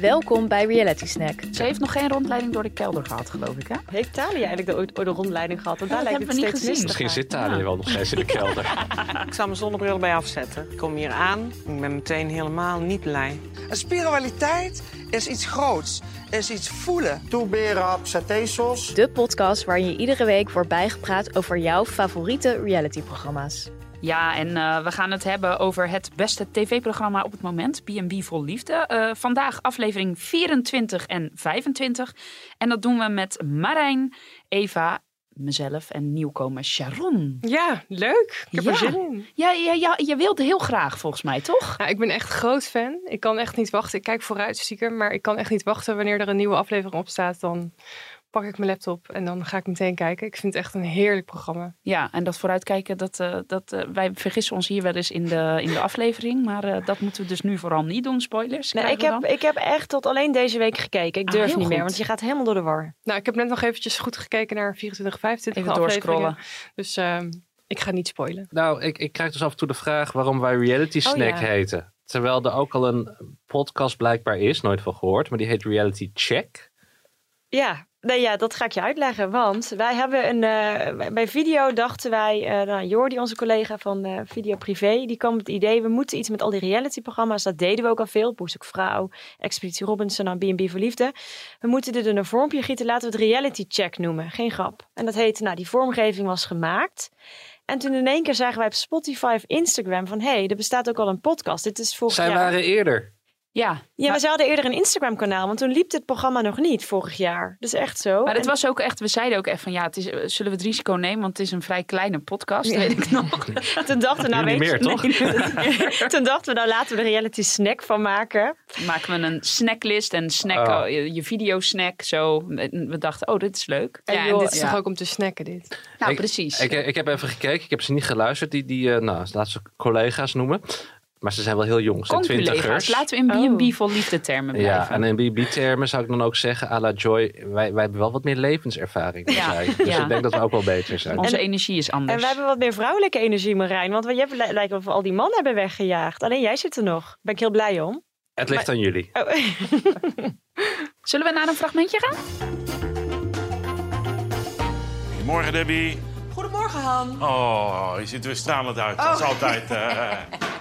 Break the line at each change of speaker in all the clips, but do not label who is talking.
Welkom bij Reality Snack.
Ze heeft nog geen rondleiding door de kelder gehad, geloof ik, hè?
Heeft Thalia eigenlijk de, ooit, ooit een rondleiding gehad? Want
Ja,
daar
Oh, dat
lijkt het
hebben we
steeds
niet gezien.
mis te
Misschien
gaan.
zit Thalia wel nog steeds in de kelder.
Ik zal mijn zonnebril erbij afzetten. Ik kom hier aan. Ik ben meteen helemaal niet blij.
Spiritualiteit is iets groots, is iets voelen.
Toeberap, satésos.
De podcast waarin je iedere week wordt bijgepraat over jouw favoriete realityprogramma's.
Ja, en eh, we gaan het hebben over het beste tv-programma op het moment, B&B Vol Liefde. Eh, vandaag aflevering 24 en 25. En dat doen we met Marijn, Eva, mezelf en nieuwkomer Sharon.
Ja, leuk. Ik heb
Ja.
er zin in.
Ja, ja, ja, je wilde heel graag volgens mij, toch?
Nou, ik ben echt groot fan. Ik kan echt niet wachten. Ik kijk vooruit stiekem, maar ik kan echt niet wachten wanneer er een nieuwe aflevering op staat. Dan pak ik mijn laptop en dan ga ik meteen kijken. Ik vind het echt een heerlijk programma.
Ja, en dat vooruitkijken, dat, eh, dat, eh, wij vergissen ons hier wel eens in de, in de aflevering. Maar eh, dat moeten we dus nu vooral niet doen, spoilers.
Nee,
krijgen
ik
we dan.
heb, ik heb echt tot alleen deze week gekeken. Ik
Ah,
durf
heel
niet meer,
goed.
want je gaat helemaal door de war.
Nou, ik heb net nog eventjes goed gekeken naar 24, 25
Even
afleveringen.
doorscrollen.
Dus ehm, ik ga niet spoilen.
Nou, ik, ik krijg dus af en toe de vraag waarom wij Reality Snack
ja.
heten. Terwijl er ook al een podcast blijkbaar is, nooit van gehoord, maar die heet Reality Check.
Ja, nee, ja, dat ga ik je uitleggen. Want wij hebben een. eh, bij video dachten wij. eh nou, Jordi, onze collega van eh, Video Privé. die kwam met het idee. we moeten iets met al die reality-programma's. Dat deden we ook al veel. Boezek Vrouw, Expeditie Robinson nou, aan BB Verliefde. We moeten dit in een vormpje gieten. laten we het reality check noemen. Geen grap. En dat heette. Nou, die vormgeving was gemaakt. En toen in één keer zagen wij op Spotify of Instagram. van hé, hey, er bestaat ook al een podcast. Dit is volgens
Zij
jaar.
waren eerder.
Ja,
Ja, maar ze hadden eerder een Instagram-kanaal. want toen liep dit programma nog niet vorig jaar. Dus echt zo.
Maar
En-
het was ook echt, we zeiden ook echt van ja, het is, eh, zullen we het risico nemen? Want het is een vrij kleine podcast,
Ja.
weet ik nog.
Toen dachten we, nou
Nu niet
weet je-
meer, toch?
Nee. Toen dachten we, nou laten we er reality snack van maken.
Maken we een snacklist en snack,
Oh.
oh, je, je videosnack zo. En We dachten, oh, dit is leuk.
En
ja,
joh,
en
dit is toch ook om te snacken, dit?
Nou,
Ik-
precies.
Ik, ik heb even gekeken, ik heb ze niet geluisterd. Die, die eh, nou, laat ze collega's noemen. Maar ze zijn wel heel jong, ze zijn
Con-collega's,
twintigers.
laten we in B&B
Oh.
vol liefde termen
Ja,
blijven.
en in BB-termen zou ik dan ook zeggen, à la Joy, wij, wij hebben wel wat meer levenservaring dan
Ja.
zij. Dus
Ja.
ik denk dat we ook wel beter zijn.
Onze energie is anders.
En we hebben wat meer vrouwelijke energie, Marijn. Want we- jij li- lijkt of we al die mannen hebben weggejaagd. Alleen jij zit er nog. Daar ben ik heel blij om.
Het ligt aan jullie.
Oh,
Zullen we naar een fragmentje gaan?
Morgen Debbie.
Goedemorgen, Han. Oh.
Oh, je ziet er weer stralend uit, als altijd. eh.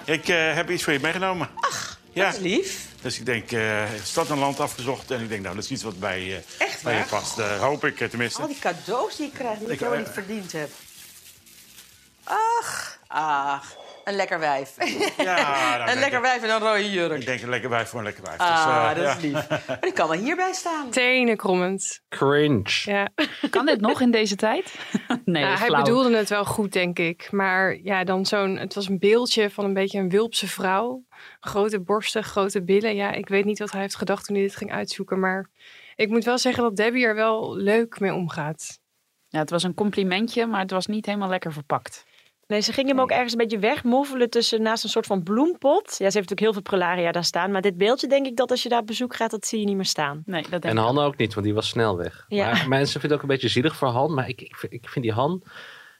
ik eh, heb iets voor je meegenomen. Ach, ja.
Dat is lief.
Dus ik denk, eh, stad en land afgezocht. En ik denk, nou, dat is iets wat bij, eh,
Echt
bij je
waar?
past. Eh, hoop ik eh, tenminste.
Al die cadeaus die ik krijg, die ik
Ik- eh,
helemaal niet verdiend heb. Ach, ach. Een lekker wijf.
Ja, nou,
een lekker wijf en een rode
Ik
jurk.
denk een lekker wijf voor een lekker wijf. Dus, eh,
Ah, dat
ja.
is lief. Maar die kan wel hierbij staan.
Tenen krommend.
Cringe.
Ja.
Kan dit nog in deze tijd? nee,
Ja, hij
flauw.
bedoelde het wel goed, denk ik. Maar ja, dan zo'n. Het was een beeldje van een beetje een Wilpse vrouw. Grote borsten, grote billen. Ja, ik weet niet wat hij heeft gedacht toen hij dit ging uitzoeken. Maar ik moet wel zeggen dat Debbie er wel leuk mee omgaat.
Ja, het was een complimentje, maar het was niet helemaal lekker verpakt.
Nee, ze ging hem ook ergens een beetje wegmoffelen tussen naast een soort van bloempot. Ja, ze heeft natuurlijk heel veel prularia daar staan. Maar dit beeldje denk ik dat als je daar op bezoek gaat, dat zie je niet meer staan.
Nee, dat denk
En
ik.
Han ook niet, want die was snel weg.
Ja.
Maar mensen vinden het ook een beetje zielig voor Han. Maar ik, ik, vind- ik vind die Han,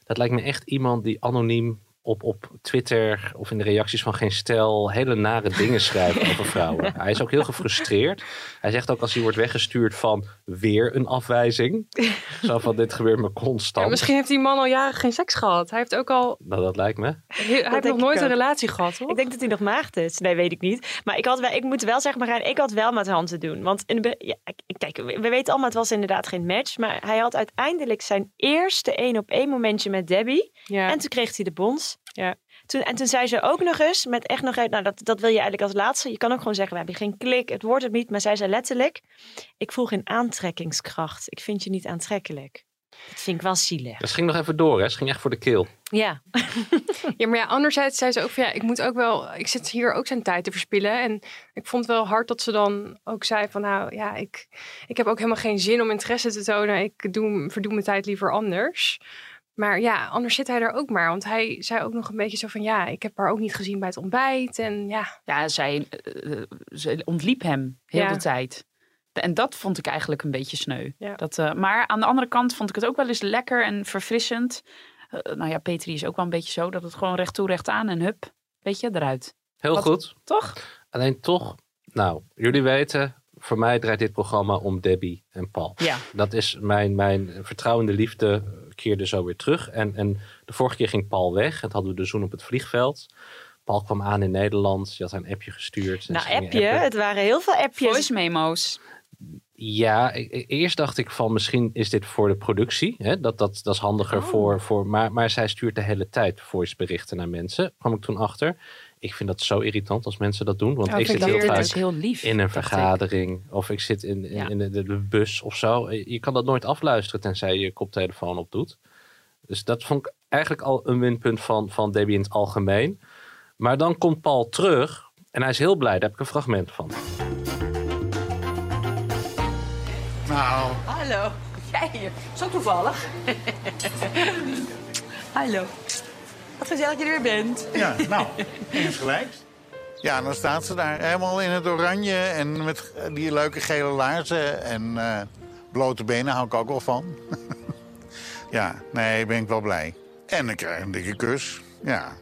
dat lijkt me echt iemand die anoniem op, op Twitter of in de reacties van Geen Stel hele nare dingen schrijft over vrouwen. Hij is ook heel gefrustreerd. Hij zegt ook als hij wordt weggestuurd van weer een afwijzing. Zo van dit gebeurt me constant.
Ja, misschien heeft die man al jaren geen seks gehad. Hij heeft ook al.
Nou, dat lijkt me.
Hij heeft
denk
nog
ik
nooit
ook.
een relatie gehad, hoor.
Ik denk dat hij nog maagd is. Nee, weet ik niet. Maar ik, had wel, ik moet wel zeggen, Marijn, ik had wel met Han te doen. Want in de, be- ja, ik- ik- kijk, we we weten allemaal, het was inderdaad geen match. Maar hij had uiteindelijk zijn eerste één op één momentje met Debbie.
Ja.
En toen kreeg hij de bons.
Ja.
Toen, en toen zei ze ook nog eens, met echt nog uit, nou dat, dat wil je eigenlijk als laatste. Je kan ook gewoon zeggen, we hebben geen klik, het wordt het niet. Maar zij zei letterlijk, ik voel geen aantrekkingskracht. Ik vind je niet aantrekkelijk. Dat vind ik wel zielig. Nou,
Dat ging nog even door, hè? Ze ging echt voor de keel.
Ja.
Ja, maar ja, anderzijds zei ze ook van ja, ik moet ook wel, ik zit hier ook zijn tijd te verspillen. En ik vond wel hard dat ze dan ook zei van nou ja, ik, ik heb ook helemaal geen zin om interesse te tonen. Ik doe, verdoe mijn tijd liever anders. Maar ja, anders zit hij er ook maar. Want hij zei ook nog een beetje zo van ja, ik heb haar ook niet gezien bij het ontbijt. En ja,
Ja, zij eh, eh, ze ontliep hem heel
Ja.
de tijd. En dat vond ik eigenlijk een beetje sneu.
Ja.
Dat, eh, maar aan de andere kant vond ik het ook wel eens lekker en verfrissend. Eh, nou ja, Petri is ook wel een beetje zo dat het gewoon recht toe, recht aan en hup, weet je, eruit.
Heel
Wat-
goed.
Toch?
Alleen toch, nou, jullie weten, voor mij draait dit programma om Debbie en Paul.
Ja.
Dat is mijn, mijn vertrouwende liefde keerde zo weer terug. En, en de vorige keer ging Paul weg. Het hadden we de zoen op het vliegveld. Paul kwam aan in Nederland. Je had haar een appje gestuurd. en
Nou,
ze gingen
appje.
appen.
Het waren heel veel appjes.
Voice memo's.
Ja, e- e- eerst dacht ik van misschien is dit voor de productie. Hè? Dat, dat, dat is
Oh.
handiger voor. voor maar, maar zij stuurt de hele tijd voiceberichten naar mensen. Kwam ik toen achter. Ik vind dat zo irritant als mensen dat doen. Want
Ja,
ik
vind
zit
ik
heel
dat-
Dit
vaak
is heel lief.
in een
dacht ik.
vergadering. Of ik zit in, in,
Ja.
in de, de- de bus of zo. Eh, Je kan dat nooit afluisteren tenzij je koptelefoon op doet. Dus dat vond ik eigenlijk al een winpunt van, van Debbie in het algemeen. Maar dan komt Paul terug. En hij is heel blij. Daar heb ik een fragment van.
Nou,
Hallo, jij hier. Zo toevallig. Hallo. Wat gezellig dat je er weer bent.
ja, nou, eens gelijk. Ja, dan staat ze daar helemaal in het oranje en met die leuke gele laarzen. En eh, blote benen hou ik ook wel van. ja, nee, ben ik wel blij. En ik krijg een dikke kus. Ja,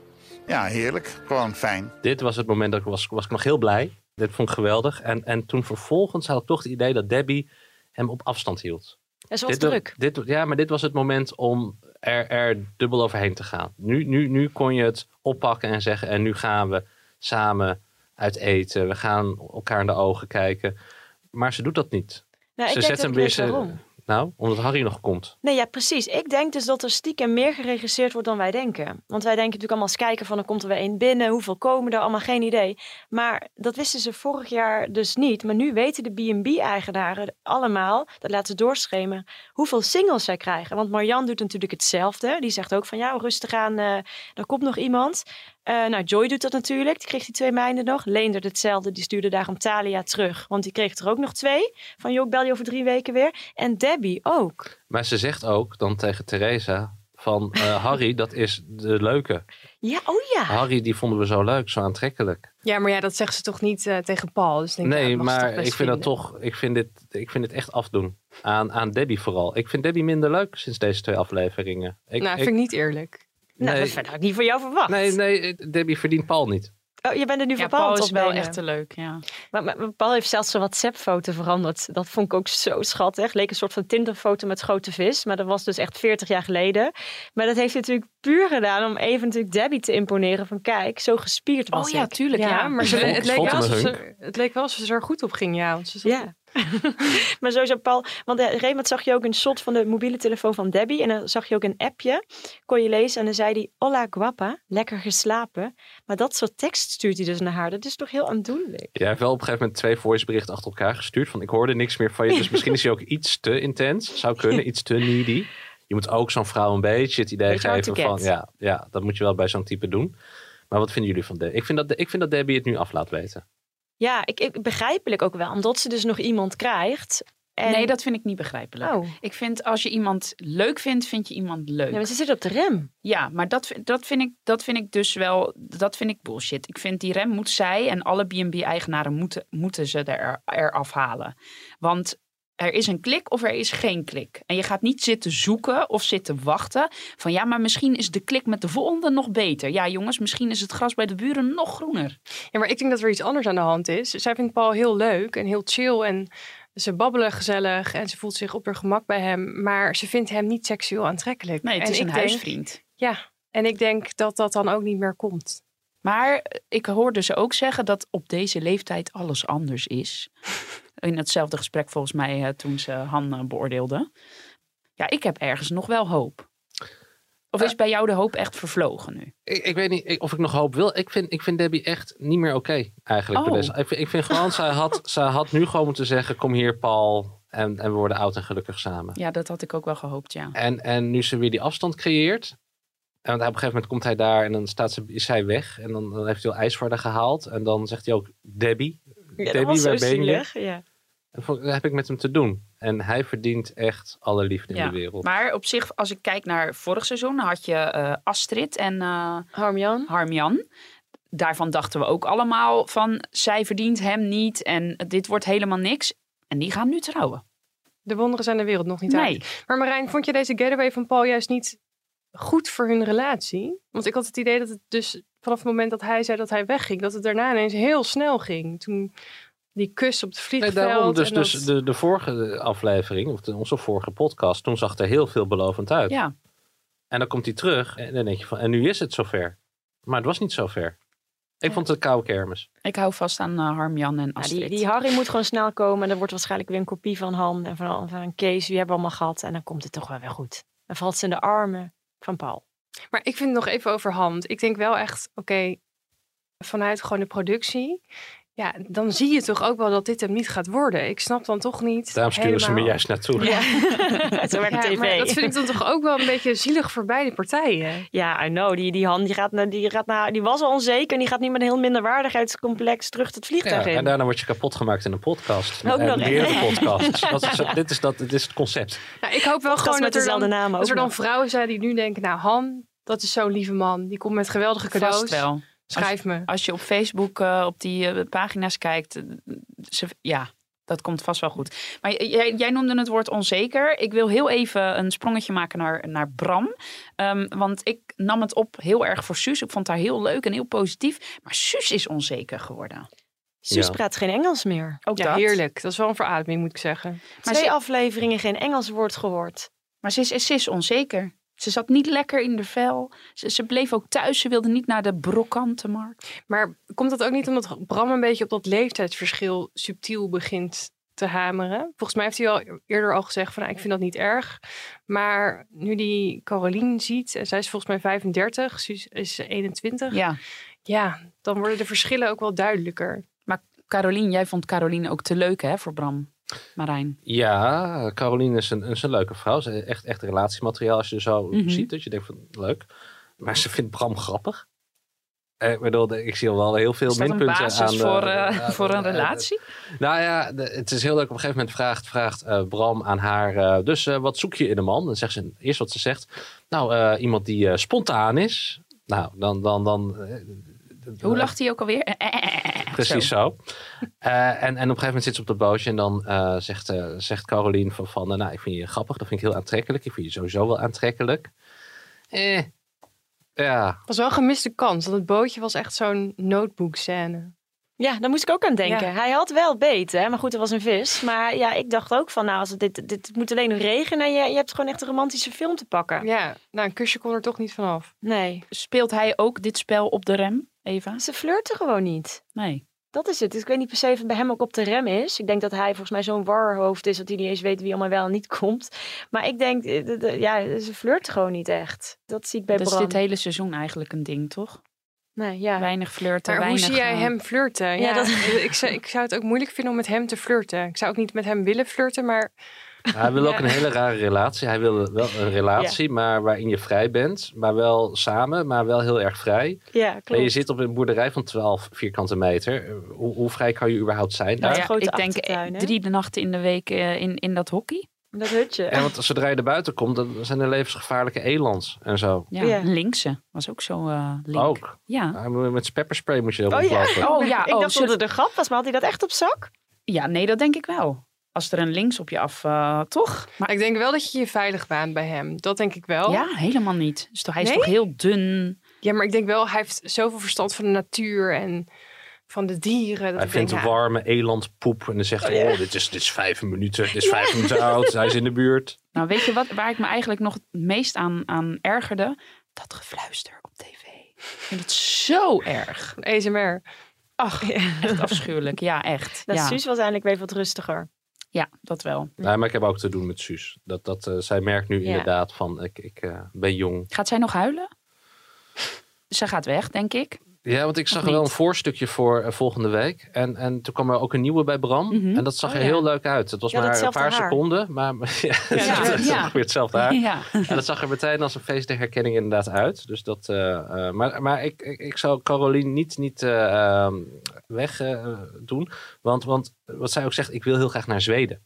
ja heerlijk. Gewoon fijn.
Dit was het moment dat ik was, was ik nog heel blij. Dit vond ik geweldig. En, en toen vervolgens had ik toch het idee dat Debbie hem op afstand hield.
En ze was
Dit,
druk.
Dit, ja, maar dit was het moment om er, er dubbel overheen te gaan. Nu, nu, nu kon je het oppakken en zeggen... en nu gaan we samen uit eten. We gaan elkaar in de ogen kijken. Maar ze doet dat niet.
Nou,
ze
ik denk dat ik
weer
weet
ze-
waarom.
Nou, omdat Harry nog komt.
Nee, ja, precies. Ik denk dus dat er stiekem meer geregisseerd wordt dan wij denken. Want wij denken natuurlijk allemaal als kijken van, er komt er weer één binnen. Hoeveel komen er? Allemaal geen idee. Maar dat wisten ze vorig jaar dus niet. Maar nu weten de B&B-eigenaren allemaal, dat laten ze doorschemeren, hoeveel singles zij krijgen. Want Marianne doet natuurlijk hetzelfde. Die zegt ook van, ja, rustig aan, eh, er komt nog iemand. Eh, nou, Joy doet dat natuurlijk. Die kreeg die twee meiden nog. Leender hetzelfde. Die stuurde daarom Talia terug. Want die kreeg er ook nog twee. Van, joh, ik bel je over drie weken weer. En Debbie ook.
Maar ze zegt ook dan tegen Theresa... van eh, Harry, dat is de leuke.
Ja, oh ja.
Harry, die vonden we zo leuk, zo aantrekkelijk.
Ja, maar ja, dat zeggen ze toch niet eh, tegen Paul. Dus ik denk, ja,
Nee,
mag ze
maar
toch
ik
best
vind dat
vinden.
toch. Ik vind dit, ik vind dit echt afdoen. Aan, aan Debbie vooral. Ik vind Debbie minder leuk sinds deze twee afleveringen. Ik,
nou, vind ik niet eerlijk.
nou,
nee.
dat had ik niet van jou verwacht.
Nee, nee, Debbie verdient Paul niet.
Oh, je bent er nu
Ja,
van
Paul
Paul
is
toch
wel echt te leuk. Ja.
Maar, maar- maar Paul heeft zelfs zijn WhatsApp-foto veranderd. Dat vond ik ook zo schattig. Leek een soort van Tinder-foto met grote vis. Maar dat was dus echt 40 jaar geleden. Maar dat heeft hij natuurlijk puur gedaan om even natuurlijk Debbie te imponeren. Van kijk, zo gespierd was
Oh ja,
ik.
tuurlijk.
Ja,
Ja,
maar ze,
Ik vond- ik
het, leek
vond
wel
hem
alsof
een
ze, het leek wel alsof ze er goed op ging, ja. want ze zat-
Ja. maar sowieso, Paul. Want eh, op een gegeven moment zag je ook een shot van de mobiele telefoon van Debbie. En dan zag je ook een appje. Kon je lezen. En dan zei hij: Hola guapa. Lekker geslapen. Maar dat soort tekst stuurt hij dus naar haar. Dat is toch heel aandoenlijk.
Jij hebt wel op een gegeven moment twee voiceberichten achter elkaar gestuurd. Van ik hoorde niks meer van je. Dus misschien is hij ook iets te intens. Zou kunnen, iets te needy. Je moet ook zo'n vrouw een beetje het idee
Beetje hard
geven
to
van.
get.
Ja, ja, dat moet je wel bij zo'n type doen. Maar wat vinden jullie van Debbie? Ik vind dat, ik vind dat Debbie het nu af laat weten.
Ja, ik, ik begrijpelijk ook wel. Omdat ze dus nog iemand krijgt. En...
Nee, dat vind ik niet begrijpelijk.
Oh.
Ik vind als je iemand leuk vindt, vind je iemand leuk.
Nee, maar ze zit op de rem.
Ja, maar dat, vind- dat, vind ik, dat vind ik dus wel, dat vind ik bullshit. Ik vind die rem moet zij en alle B&B-eigenaren moeten, moeten ze er, eraf halen. Want er is een klik of er is geen klik. En je gaat niet zitten zoeken of zitten wachten van ja, maar misschien is de klik met de volgende nog beter. Ja jongens, misschien is het gras bij de buren nog groener.
Ja, maar ik denk dat er iets anders aan de hand is. Zij vindt Paul heel leuk en heel chill en ze babbelen gezellig en ze voelt zich op haar gemak bij hem. Maar ze vindt hem niet seksueel aantrekkelijk.
Nee, het
en
is
ik
een
denk-
huisvriend.
Ja, en ik denk dat dat dan ook niet meer komt.
Maar ik hoorde ze ook zeggen dat op deze leeftijd alles anders is. In hetzelfde gesprek volgens mij eh, toen ze Han eh, beoordeelde. Ja, ik heb ergens nog wel hoop. Of
Eh.
is bij jou de hoop echt vervlogen nu?
Ik, ik weet niet ik- of ik nog hoop wil. Ik vind, ik vind Debbie echt niet meer oké eigenlijk. bij
Oh.
deze. Ik, vind- ik vind gewoon, zij had, zij had nu gewoon moeten zeggen... kom hier Paul en, en we worden oud en gelukkig samen.
Ja, dat had ik ook wel gehoopt, ja.
En, en nu ze weer die afstand creëert... En want op een gegeven moment komt hij daar en dan staat ze, is zij weg. En dan, dan heeft hij al ijs voor haar gehaald. En dan zegt hij ook, Debbie.
Ja, dat
Debbie,
was zo
waar ben je?
zielig. Ja.
En vond- dat heb ik met hem te doen. En hij verdient echt alle liefde in
Ja,
de wereld.
Maar op zich, als ik kijk naar vorig seizoen, had je eh, Astrid en eh,
Harmjan.
Harmjan. Daarvan dachten we ook allemaal van, zij verdient hem niet en dit wordt helemaal niks. En die gaan nu trouwen.
De wonderen zijn de wereld nog niet
Nee.
uit. Maar Marijn, vond je deze getaway van Paul juist niet goed voor hun relatie? Want ik had het idee dat het dus vanaf het moment dat hij zei dat hij wegging, dat het daarna ineens heel snel ging. Toen die kus op het
Nee,
vliegveld.
daarom. Dus,
en
dus
dat-
de, de vorige aflevering, of de- onze vorige podcast, toen zag het er heel veelbelovend uit.
Ja.
En dan komt hij terug en dan denk je van, en nu is het zover. Maar het was niet zover. Ik vond het een koude kermis.
Ik hou vast aan eh, Harm, Jan en
Ja,
Astrid.
die, die Harry moet gewoon snel komen. En er wordt waarschijnlijk weer een kopie van Han en van, van Kees. Wie hebben we allemaal gehad. En dan komt het toch wel weer goed. Dan valt ze in de armen van Paul.
Maar ik vind het nog even over Han. Ik denk wel echt, oké, vanuit gewoon de productie. Ja, dan zie je toch ook wel dat dit hem niet gaat worden. Ik snap dan toch niet.
Daarom sturen ze me
helemaal-
juist naartoe.
Zo werkt
Ja,
tv.
maar dat vind ik dan toch ook wel een beetje zielig voor beide partijen.
Ja, I know. Die, die Han die gaat, naar- die gaat naar, die was al onzeker. En die gaat nu met een heel minderwaardigheidscomplex terug het vliegtuig
Ja,
in.
en daarna word je kapot gemaakt in een podcast.
Ook
en
nog, hè?
meerdere podcasts. Dat is, dit, is dat, dit is het concept.
Nou, ik hoop wel
Podcast
gewoon
met
dat er,
dezelfde
dan,
namen
dat
ook
er dan
nog.
vrouwen zijn die nu denken, nou Han, dat is zo'n lieve man. Die komt met geweldige cadeaus.
Vast wel.
Schrijf me.
Als je op Facebook eh, op die eh, pagina's kijkt, eh, ze, ja, dat komt vast wel goed. Maar j- jij, jij noemde het woord onzeker. Ik wil heel even een sprongetje maken naar, naar Bram. Ehm, want ik nam het op heel erg voor Suus. Ik vond haar heel leuk en heel positief. Maar Suus is onzeker geworden.
Suus
Ja.
praat geen Engels meer.
Ook
Ja,
dat.
heerlijk. Dat is wel een verademing, moet ik zeggen.
Maar,
Twee
ze,
afleveringen geen Engels woord gehoord.
maar ze, is, ze is onzeker. Ze zat niet lekker in de vel. Ze, ze bleef ook thuis. Ze wilde niet naar de markt.
Maar komt dat ook niet omdat Bram een beetje op dat leeftijdsverschil subtiel begint te hameren? Volgens mij heeft hij al eerder al gezegd van nou, ik vind dat niet erg. Maar nu die Caroline ziet, en zij is volgens mij 35, Suus is 21. Ja.
Ja.
dan worden de verschillen ook wel duidelijker.
Maar Caroline, jij vond Caroline ook te leuk hè, voor Bram, Marijn.
Ja, Caroline is een, is een leuke vrouw. Ze is echt, echt relatiemateriaal als je zo
Mhm.
ziet. Dat je denkt van, leuk. Maar ze vindt Bram grappig. Eh, Ik bedoel, ik zie al wel heel veel
Is dat een
minpunten
basis
aan... eh,
voor, eh,
aan-
voor een
aan-
relatie?
Nou ja, de- het is heel leuk. Op een gegeven moment vraagt, vraagt eh, Bram aan haar... eh, dus eh, wat zoek je in een man? Dan zegt ze eerst wat ze zegt. Nou, eh, iemand die eh, spontaan is. Nou, dan... dan, dan eh,
Hoe lacht hij ook alweer? Eh, eh, eh, eh, eh,
Precies
zo.
zo. Eh, en, en op een gegeven moment zit ze op dat bootje en dan eh, zegt, eh, zegt Caroline van, van eh, nou, ik vind je grappig, dat vind ik heel aantrekkelijk. Ik vind je sowieso wel aantrekkelijk. Eh, ja.
Dat was wel een gemiste kans, want het bootje was echt zo'n notebook scène.
Ja, daar moest ik ook aan denken.
Ja.
Hij had wel beet, hè? maar goed, er was een vis. Maar ja, ik dacht ook van, nou, als het dit, dit moet alleen nog regenen. En je, je hebt gewoon echt een romantische film te pakken.
Ja, nou een kusje kon er toch niet vanaf.
Nee,
Speelt hij ook dit spel op de rem, Eva?
ze flirten gewoon niet.
Nee.
Dat is het. Dus ik weet niet per se of het bij hem ook op de rem is. Ik denk dat hij volgens mij zo'n warhoofd is dat hij niet eens weet wie allemaal wel en niet komt. Maar ik denk, eh, de- de- ja, ze flirt gewoon niet echt. Dat zie ik bij
Dat is
Bram.
dit hele seizoen eigenlijk een ding, toch?
Nee, ja.
Weinig flirten,
Maar hoe
weinig...
zie jij
eh,
hem flirten? Ja,
dat-
ik, zou, ik zou het ook moeilijk vinden om met hem te flirten. Ik zou ook niet met hem willen flirten, maar
Hij wil ook
Ja.
een hele rare relatie. Hij wil wel een relatie, maar waarin je vrij bent. Maar wel samen, maar wel heel erg vrij.
ja, klopt.
Maar je zit op een boerderij van 12 vierkante meter. Eh, Hoe, hoe vrij kan je überhaupt zijn daar?
nou
Ja.
ja,
Grote
ik denk eh,
achtertuin, hè?
drie de nachten in de week eh, in, in dat hockey.
Dat hutje.
Ja, want zodra je er buiten komt, dan zijn er levensgevaarlijke elands en zo.
Ja,
Ja.
linkse was ook zo eh link.
Ook.
Ja.
Ah, Met pepperspray moet je heel
Oh
goed
ja.
lopen.
Oh ja,
ik
oh,
dacht
zullen-
dat het een grap was, maar had hij dat echt op zak?
ja, nee, dat denk ik wel. Als er een links op je af, eh, toch? Maar
ik denk wel dat je je veilig baant bij hem. Dat denk ik wel.
ja, helemaal niet. Dus toch, hij is
Nee?
toch heel dun.
Ja, maar ik denk wel, hij heeft zoveel verstand van de natuur en van de dieren. Dat
Hij
ik
vindt
denk,
de
ja,
warme elandpoep en dan zegt hij, oh, dit is, dit is vijf minuten, dit is vijf minuten oud, hij is in de buurt.
Nou, weet je wat, waar ik me eigenlijk nog het meest aan, aan ergerde? Dat gefluister op tv. Ik vind het zo erg.
ASMR.
Ach, echt afschuwelijk. Ja, echt.
Nou,
ja.
Suus was eindelijk weer wat rustiger.
ja, dat wel.
Nee, maar ik heb ook te doen met Suus. Dat, dat, eh, zij merkt nu
Ja.
inderdaad van, ik, ik eh, ben jong.
Gaat zij nog huilen? Ze gaat weg, denk ik.
Ja, want ik zag
niet?
wel een voorstukje voor eh, volgende week. En, en toen kwam er ook een nieuwe bij Bram.
Mhm.
En dat zag
Oh,
er
ja.
heel leuk uit. Het was
Ja,
maar een
datzelfde
paar
haar.
seconden, maar maar- ja,
Ja.
het was
Ja.
nog weer hetzelfde haar.
Ja.
En dat zag er meteen als een feest der herkenning inderdaad uit. Dus dat, eh, eh, maar maar ik, ik, ik zou Caroline niet, niet eh, ehm, weg eh, doen. Want, want wat zij ook zegt, ik wil heel graag naar Zweden.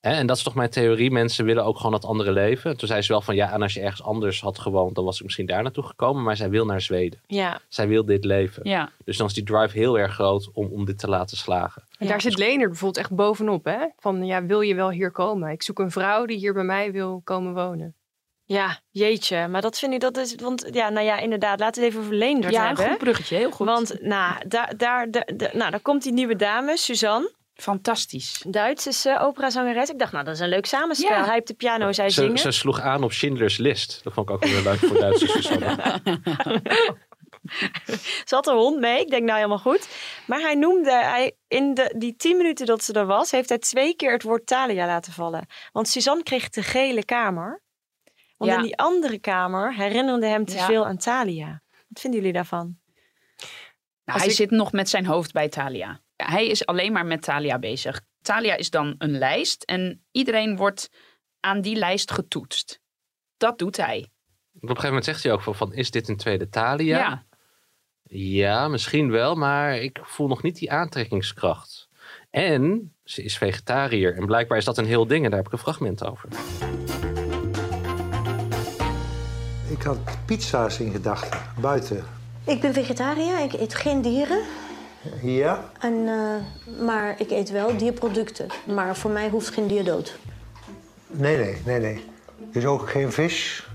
Hè, en dat is toch mijn theorie. Mensen willen ook gewoon dat andere leven. Toen zei ze wel van ja, en als je ergens anders had gewoond, dan was ik misschien daar naartoe gekomen. Maar zij wil naar Zweden.
Ja,
Zij wil dit leven.
Ja.
Dus dan is die drive heel erg groot om, om dit te laten slagen.
En daar zit Lener bijvoorbeeld echt bovenop. Hè? Van ja, wil je wel hier komen? Ik zoek een vrouw die hier bij mij wil komen wonen.
Ja, jeetje. Maar dat vind ik, dat is, want ja, nou ja, inderdaad, laten we het even over Leendert
Ja, een
hebben.
goed bruggetje, heel goed.
Want nou, daar, daar, daar, daar- nou, daar komt die nieuwe dame, Suzanne.
Fantastisch.
Duits is eh, operazangeres. Ik dacht, nou, dat is een leuk samenspel.
Ja.
Hij op de piano, zij
Ze,
zingen.
ze sloeg aan op Schindler's List. Dat vond ik ook wel weer leuk voor Duitsers. Susanne.
Ze had een hond mee. Ik denk, nou, helemaal goed. Maar hij noemde, hij, in de, die tien minuten dat ze er was, heeft hij twee keer het woord Thalia laten vallen. Want Suzanne kreeg de gele kamer. Want
Ja.
in die andere kamer herinnerde hem te
Ja.
veel aan Thalia. Wat vinden jullie daarvan?
Nou, hij zit nog met zijn hoofd bij Thalia. Hij is alleen maar met Thalia bezig. Thalia is dan een lijst en iedereen wordt aan die lijst getoetst. Dat doet hij.
Op een gegeven moment zegt hij ook van, van is dit een tweede Thalia?
Ja.
Ja, misschien wel, maar ik voel nog niet die aantrekkingskracht. En ze is vegetariër en blijkbaar is dat een heel ding en daar heb ik een fragment over.
Ik had pizza's in gedachten, buiten.
Ik ben vegetariër, ik eet geen dieren.
Ja?
En, eh, maar ik eet wel dierproducten. Maar voor mij hoeft geen dier dood.
Nee, nee, nee, nee. Dus ook geen vis.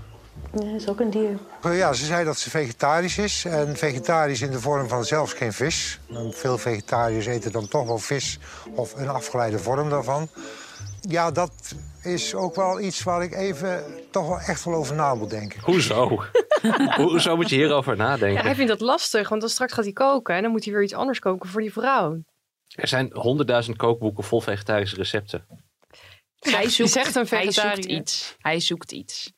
Nee, dat is ook een dier.
Eh, Ja, ze zei dat ze vegetarisch is. En vegetarisch in de vorm van zelfs geen vis. En veel vegetariërs eten dan toch wel vis of een afgeleide vorm daarvan. Ja, dat is ook wel iets waar ik even toch wel echt wel over na moet denken.
Hoezo? Hoezo moet je hierover
Ja,
nadenken?
hij vindt dat lastig, want dan straks gaat hij koken en dan moet hij weer iets anders koken voor die vrouw.
Er zijn honderdduizend kookboeken vol vegetarische recepten.
Hij zoekt,
zegt een
hij zoekt
vegetariër.
iets. Hij zoekt iets.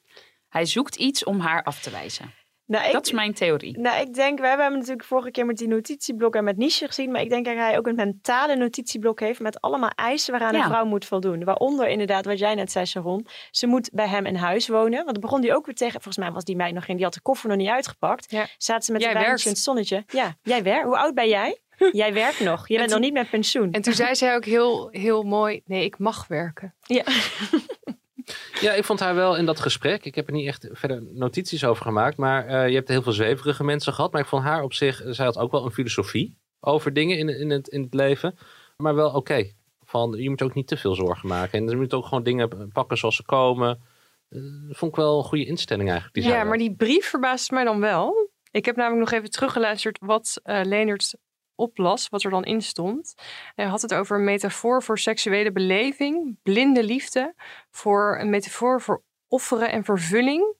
Hij zoekt iets om haar af te wijzen.
Nou, ik-
dat is mijn theorie.
Nou, ik denk, we hebben hem natuurlijk vorige keer met die notitieblok en met Nietzsche gezien. Maar ik denk dat hij ook een mentale notitieblok heeft met allemaal eisen waaraan
Ja.
een vrouw moet voldoen. Waaronder inderdaad, wat jij net zei, Sharon. Ze moet bij hem in huis wonen. Want dan begon hij ook weer tegen. Volgens mij was die meid nog geen, die had de koffer nog niet uitgepakt. Zaten ze met
Jij
een wijntje
werkt.
in het zonnetje. Ja, jij werkt. Hoe oud ben jij? Jij werkt nog. Je bent nog
toen-
niet met pensioen.
En toen zei zij ook heel, heel mooi, nee, ik mag werken.
Ja.
Ja, ik vond haar wel in dat gesprek. Ik heb er niet echt verder notities over gemaakt. Maar eh, je hebt heel veel zweverige mensen gehad. Maar ik vond haar op zich, eh, zij had ook wel een filosofie over dingen in, in, het, in het leven. Maar wel oké. Van je moet ook niet te veel zorgen maken. En je moet ook gewoon dingen pakken zoals ze komen. Eh, vond ik wel een goede instelling eigenlijk. Die zij
ja,
had.
maar die brief verbaast mij dan wel. Ik heb namelijk nog even teruggeluisterd wat eh Leendert oplas, wat er dan in stond. Hij had het over een metafoor voor seksuele beleving, blinde liefde, voor een metafoor voor offeren en vervulling.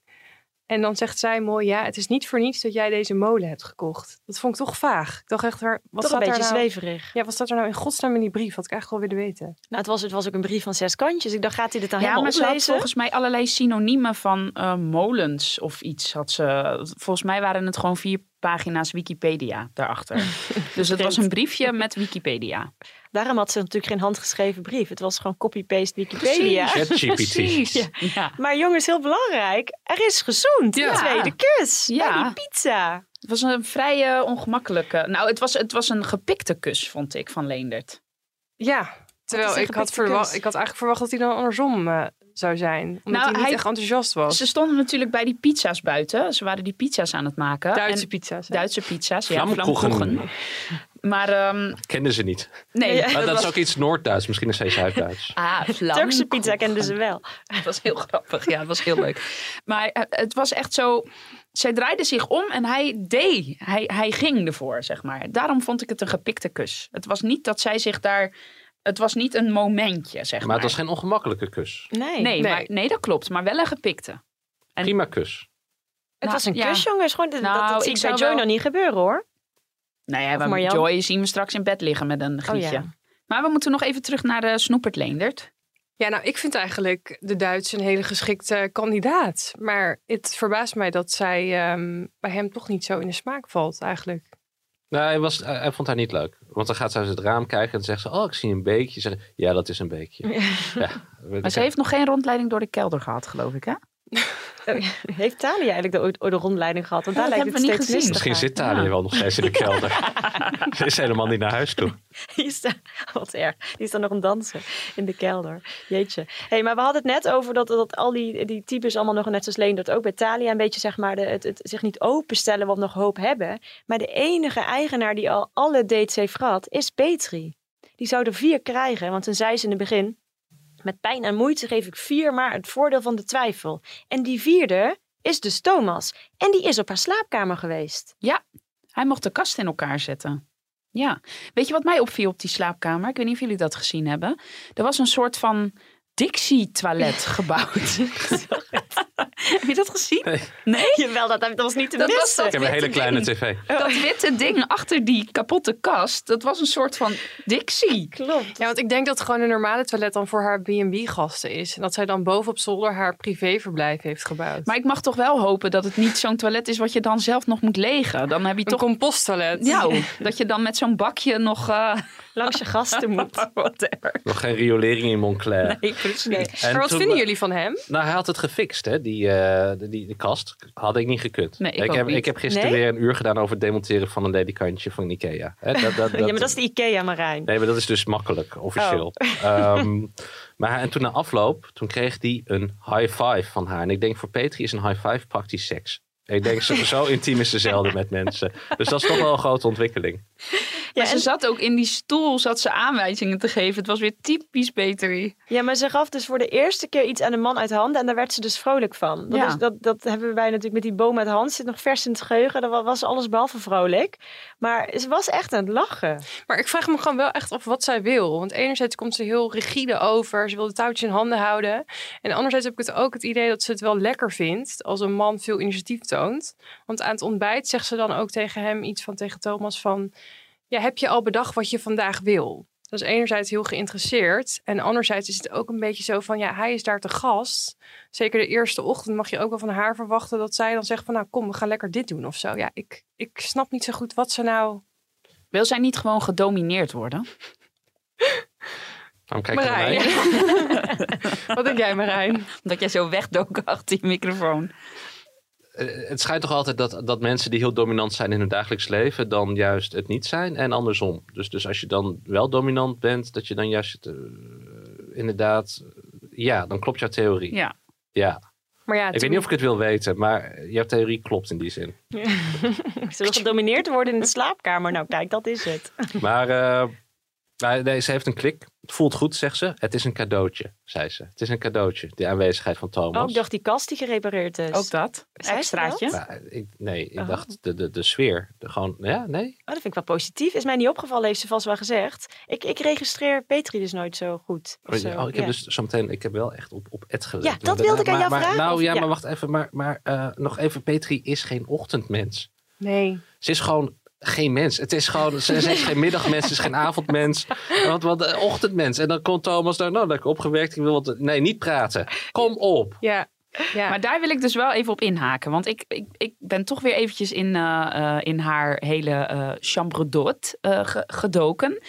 En dan zegt zij mooi, ja, het is niet voor niets dat jij deze molen hebt gekocht. Dat vond ik toch vaag. Ik dacht echt, waar- wat
Toch een
staat daar
beetje
nou?
zweverig.
Ja, wat staat er nou in godsnaam in die brief? Had ik eigenlijk wel willen weten.
Nou, het was, het was ook een brief van zes kantjes. Ik dacht, gaat hij dit dan
Ja,
helemaal
maar ze had
oplezen?
volgens mij allerlei synoniemen van eh, molens of iets. Had ze, volgens mij waren het gewoon vier pagina's Wikipedia daarachter. dus het was een briefje met Wikipedia.
Daarom had ze natuurlijk geen handgeschreven brief. Het was gewoon copy-paste Wikipedia.
Precies. ChatGPT. Precies.
Ja.
Maar jongens, heel belangrijk. Er is gezoend.
Ja.
De tweede kus.
Ja.
Bij die pizza.
Het was een vrij eh, ongemakkelijke. Nou, het was, het was een gepikte kus, vond ik, van Leendert.
Ja, terwijl
een
ik had,
gepikte
verwa-
kunst.
ik had eigenlijk verwacht dat hij dan andersom eh, zou zijn. Omdat
Nou,
hij niet echt enthousiast was.
Ze stonden natuurlijk bij die pizza's buiten. Ze waren die pizza's aan het maken.
Duitse
En-
pizza's, hè?
Duitse pizza's, ja.
Vlamkoegen.
vlamkoegen. Maar ehm,
Kennen ze niet.
nee,
Maar dat, is ook iets Noord-Duits. Misschien is zij Zuid-Duits.
Ah,
Turkse pizza kenden ze wel.
Dat was heel grappig. Ja, dat was heel leuk. Maar eh, het was echt zo. Zij draaide zich om en hij deed. Hij, hij ging ervoor, zeg maar. Daarom vond ik het een gepikte kus. Het was niet dat zij zich daar. Het was niet een momentje, zeg maar.
Maar het was geen ongemakkelijke kus.
Nee,
nee, Maar, nee dat klopt. Maar wel een gepikte.
Prima kus.
Het
Nou,
was een
ja.
kus, jongens. Gewoon, dat-
Nou,
dat, dat zie
ik
ik bij
zou
Joy
wel-
nog niet gebeuren, hoor.
Nou ja, we,
Marjan? Oh,
Joy zien we straks in bed liggen met een grietje.
ja.
Maar we moeten nog even terug naar de snoepert Leendert.
Ja, nou, ik vind eigenlijk de Duits een hele geschikte kandidaat. Maar het verbaast mij dat zij ehm, bij hem toch niet zo in de smaak valt, eigenlijk.
Nou, hij, was, hij, hij vond haar niet leuk. Want dan gaat ze uit het raam kijken en dan zegt ze... Oh, ik zie een beekje. Ze zegt, ja, dat is een beekje. Ja, weet
Maar
ik
ze heeft nog geen rondleiding door de kelder gehad, geloof ik, hè?
Heeft Thalia eigenlijk de, ooit- ooit de rondleiding gehad? Want
Ja,
daar
dat
lijkt het
hebben we
steeds
niet gezien.
mistiger.
Misschien zit Thalia wel nog steeds in de kelder. Ze is helemaal niet naar huis toe.
Die is daar, wat erg. Die is dan nog aan het dansen in de kelder. Jeetje. hey, maar we hadden het net over dat, dat al die, die types allemaal nog net zoals Leendert ook bij Thalia een beetje zeg maar de, het, het zich niet openstellen wat nog hoop hebben. Maar de enige eigenaar die al alle dates heeft gehad is Petri. Die zou er vier krijgen, want toen zei ze in het begin... Met pijn en moeite geef ik vier maar het voordeel van de twijfel. En die vierde is dus Thomas. En die is op haar slaapkamer geweest.
Ja, hij mocht de kast in elkaar zetten. Ja, weet je wat mij opviel op die slaapkamer? Ik weet niet of jullie dat gezien hebben. Er was een soort van Dixie-toilet gebouwd. heb je dat gezien? Nee?
Jawel, dat, dat was niet te
Dat was
missen.
dat
Ik heb een hele
witte
kleine
ding.
tv.
Dat witte ding achter die kapotte kast, dat was een soort van Dixie.
Klopt.
Ja, want ik denk dat gewoon een normale toilet dan voor haar B&B-gasten is. En dat zij dan boven op zolder haar privéverblijf heeft gebouwd.
Maar ik mag toch wel hopen dat het niet zo'n toilet is wat je dan zelf nog moet legen. Dan heb je
een
toch
composttoilet.
Ja, dat je dan met zo'n bakje nog... eh,
Langs je gasten moet.
Whatever.
Nog geen riolering in Montclair.
Nee, precies.
En
maar wat
toen-
vinden jullie van hem?
Nou, hij had het gefixt, hè? Die, eh, de- die, de kast. Had ik niet gekund.
Nee, ik ook
heb,
niet.
ik heb gisteren
Nee?
weer een uur gedaan over het demonteren van een ledikantje van Ikea. Hè, dat, dat,
Ja, maar dat is de Ikea, Marijn.
Nee, maar dat is dus makkelijk, officieel. Ehm, maar hij- en toen na afloop, toen kreeg hij een high five van haar. En ik denk, voor Petri is een high five praktisch seks. Ik denk, zo, zo intiem is ze zelden met mensen. Dus dat is toch wel een grote ontwikkeling.
Ja, en ze zat ook in die stoel, zat ze aanwijzingen te geven. Het was weer typisch Beterie.
Ja, maar ze gaf dus voor de eerste keer iets aan een man uit handen en daar werd ze dus vrolijk van. Dat,
Ja.
is, dat, dat hebben wij natuurlijk met die boom uit de hand. Zit nog vers in het geheugen. Dat wa- was alles behalve vrolijk. Maar ze was echt aan het lachen.
Maar ik vraag me gewoon wel echt af wat zij wil. Want enerzijds komt ze heel rigide over. Ze wil de touwtjes in handen houden. En anderzijds heb ik het ook het idee dat ze het wel lekker vindt als een man veel initiatief toont. Want aan het ontbijt zegt ze dan ook tegen hem iets van tegen Thomas van... Ja, heb je al bedacht wat je vandaag wil? Dat is enerzijds heel geïnteresseerd. En anderzijds is het ook een beetje zo van, ja, hij is daar te gast. Zeker de eerste ochtend mag je ook wel van haar verwachten dat zij dan zegt van, nou kom, we gaan lekker dit doen of zo. Ja, ik, ik snap niet zo goed wat ze nou...
Wil zij niet gewoon gedomineerd worden?
Waarom kijk je naar mij?
Wat denk jij, Marijn?
Omdat jij zo wegdook achter je microfoon.
Eh, het schijnt toch altijd dat, dat mensen die heel dominant zijn in hun dagelijks leven, dan juist het niet zijn en andersom. Dus, dus als je dan wel dominant bent, dat je dan juist het, eh, inderdaad, ja, dan klopt jouw theorie.
Ja.
Ja.
Maar ja,
ik weet niet of ik het wil weten, maar jouw theorie klopt in die zin.
Ze wil gedomineerd worden in de slaapkamer. Nou, kijk, dat is het.
Maar eh, maar nee, ze heeft een klik. Het voelt goed, zegt ze. Het is een cadeautje, zei ze. Het is een cadeautje, de aanwezigheid van Thomas.
Oh, ik dacht die kast die gerepareerd is.
Ook dat.
Zei ze
Extraatje.
Maar
dat?
eh, ik, nee, ik dacht de, de, de sfeer. De, gewoon, ja, nee.
Oh, dat vind ik wel positief. Is mij niet opgevallen, heeft ze vast wel gezegd. Ik, ik registreer Petri dus nooit zo goed. of
Oh,
zo.
ja, oh, ik
Ja.
heb dus zometeen, ik heb wel echt op, op Ed gelet.
Ja,
Maar
dat
da-
wilde ik aan
maar-
jou
maar-
vragen,
Nou
of-
ja,
ja.
maar wacht even. Maar, maar eh, nog even, Petri is geen ochtendmens.
Nee.
Ze is gewoon geen mens. Het is gewoon, ze, ze is geen middagmens, ze is geen avondmens. Want, want eh, ochtendmens. En dan komt Thomas daar, nou, lekker opgewekt. Ik wil wat, nee, niet praten. Kom op.
Ja. ja.
Maar daar wil ik dus wel even op inhaken. Want ik, ik, ik ben toch weer eventjes in, eh, eh, in haar hele eh chambre d'hôte eh, ge- gedoken.